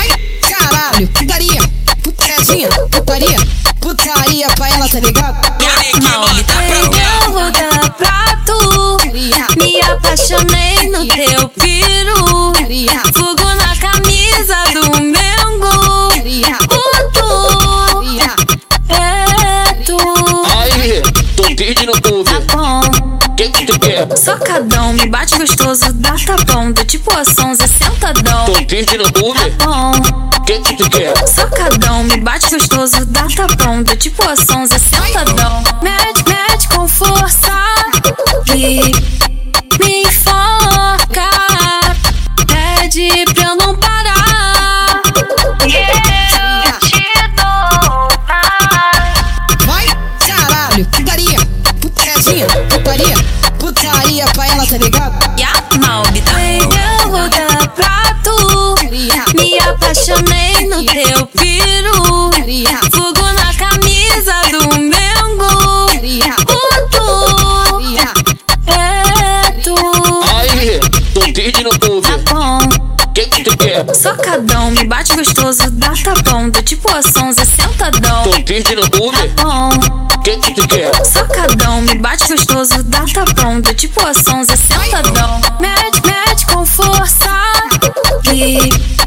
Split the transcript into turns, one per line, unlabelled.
tá
tá
é
tu quer?
Tá Socadão, me bate gostoso, dá tapão. Tô tipo a sonza, sentadão. Tá
Tu vive no clube?
Bom.
Que que tu quer?
Socadão, me bate gostoso, dá tapão. Tô tipo a sonza, sentadão. Mete, mete com força. E me enforca. Pede pra eu não parar. Eu te dou mais.
Vai, caralho, putaria, putaria, putaria, putaria pra ela, tá ligado?
E a Malbi tá também. Eu vou dar pra tu.
Putaria,
Me apaixonei no teu piru.
putaria,
Fogo na camisa do Mengo.
putaria,
O tu
putaria.
é tu.
Aí, tu vive no clube?
Tá bom.
Que que tu quer?
Socadão, me bate gostoso, dá tapão. Do tipo a sonza, sentadão. Tá
Tu vive no clube?
Bom.
Que que tu quer?
Socadão, me bate gostoso, dá tapão. Do é tipo a sonza, sentadão. Mete, mete com força. E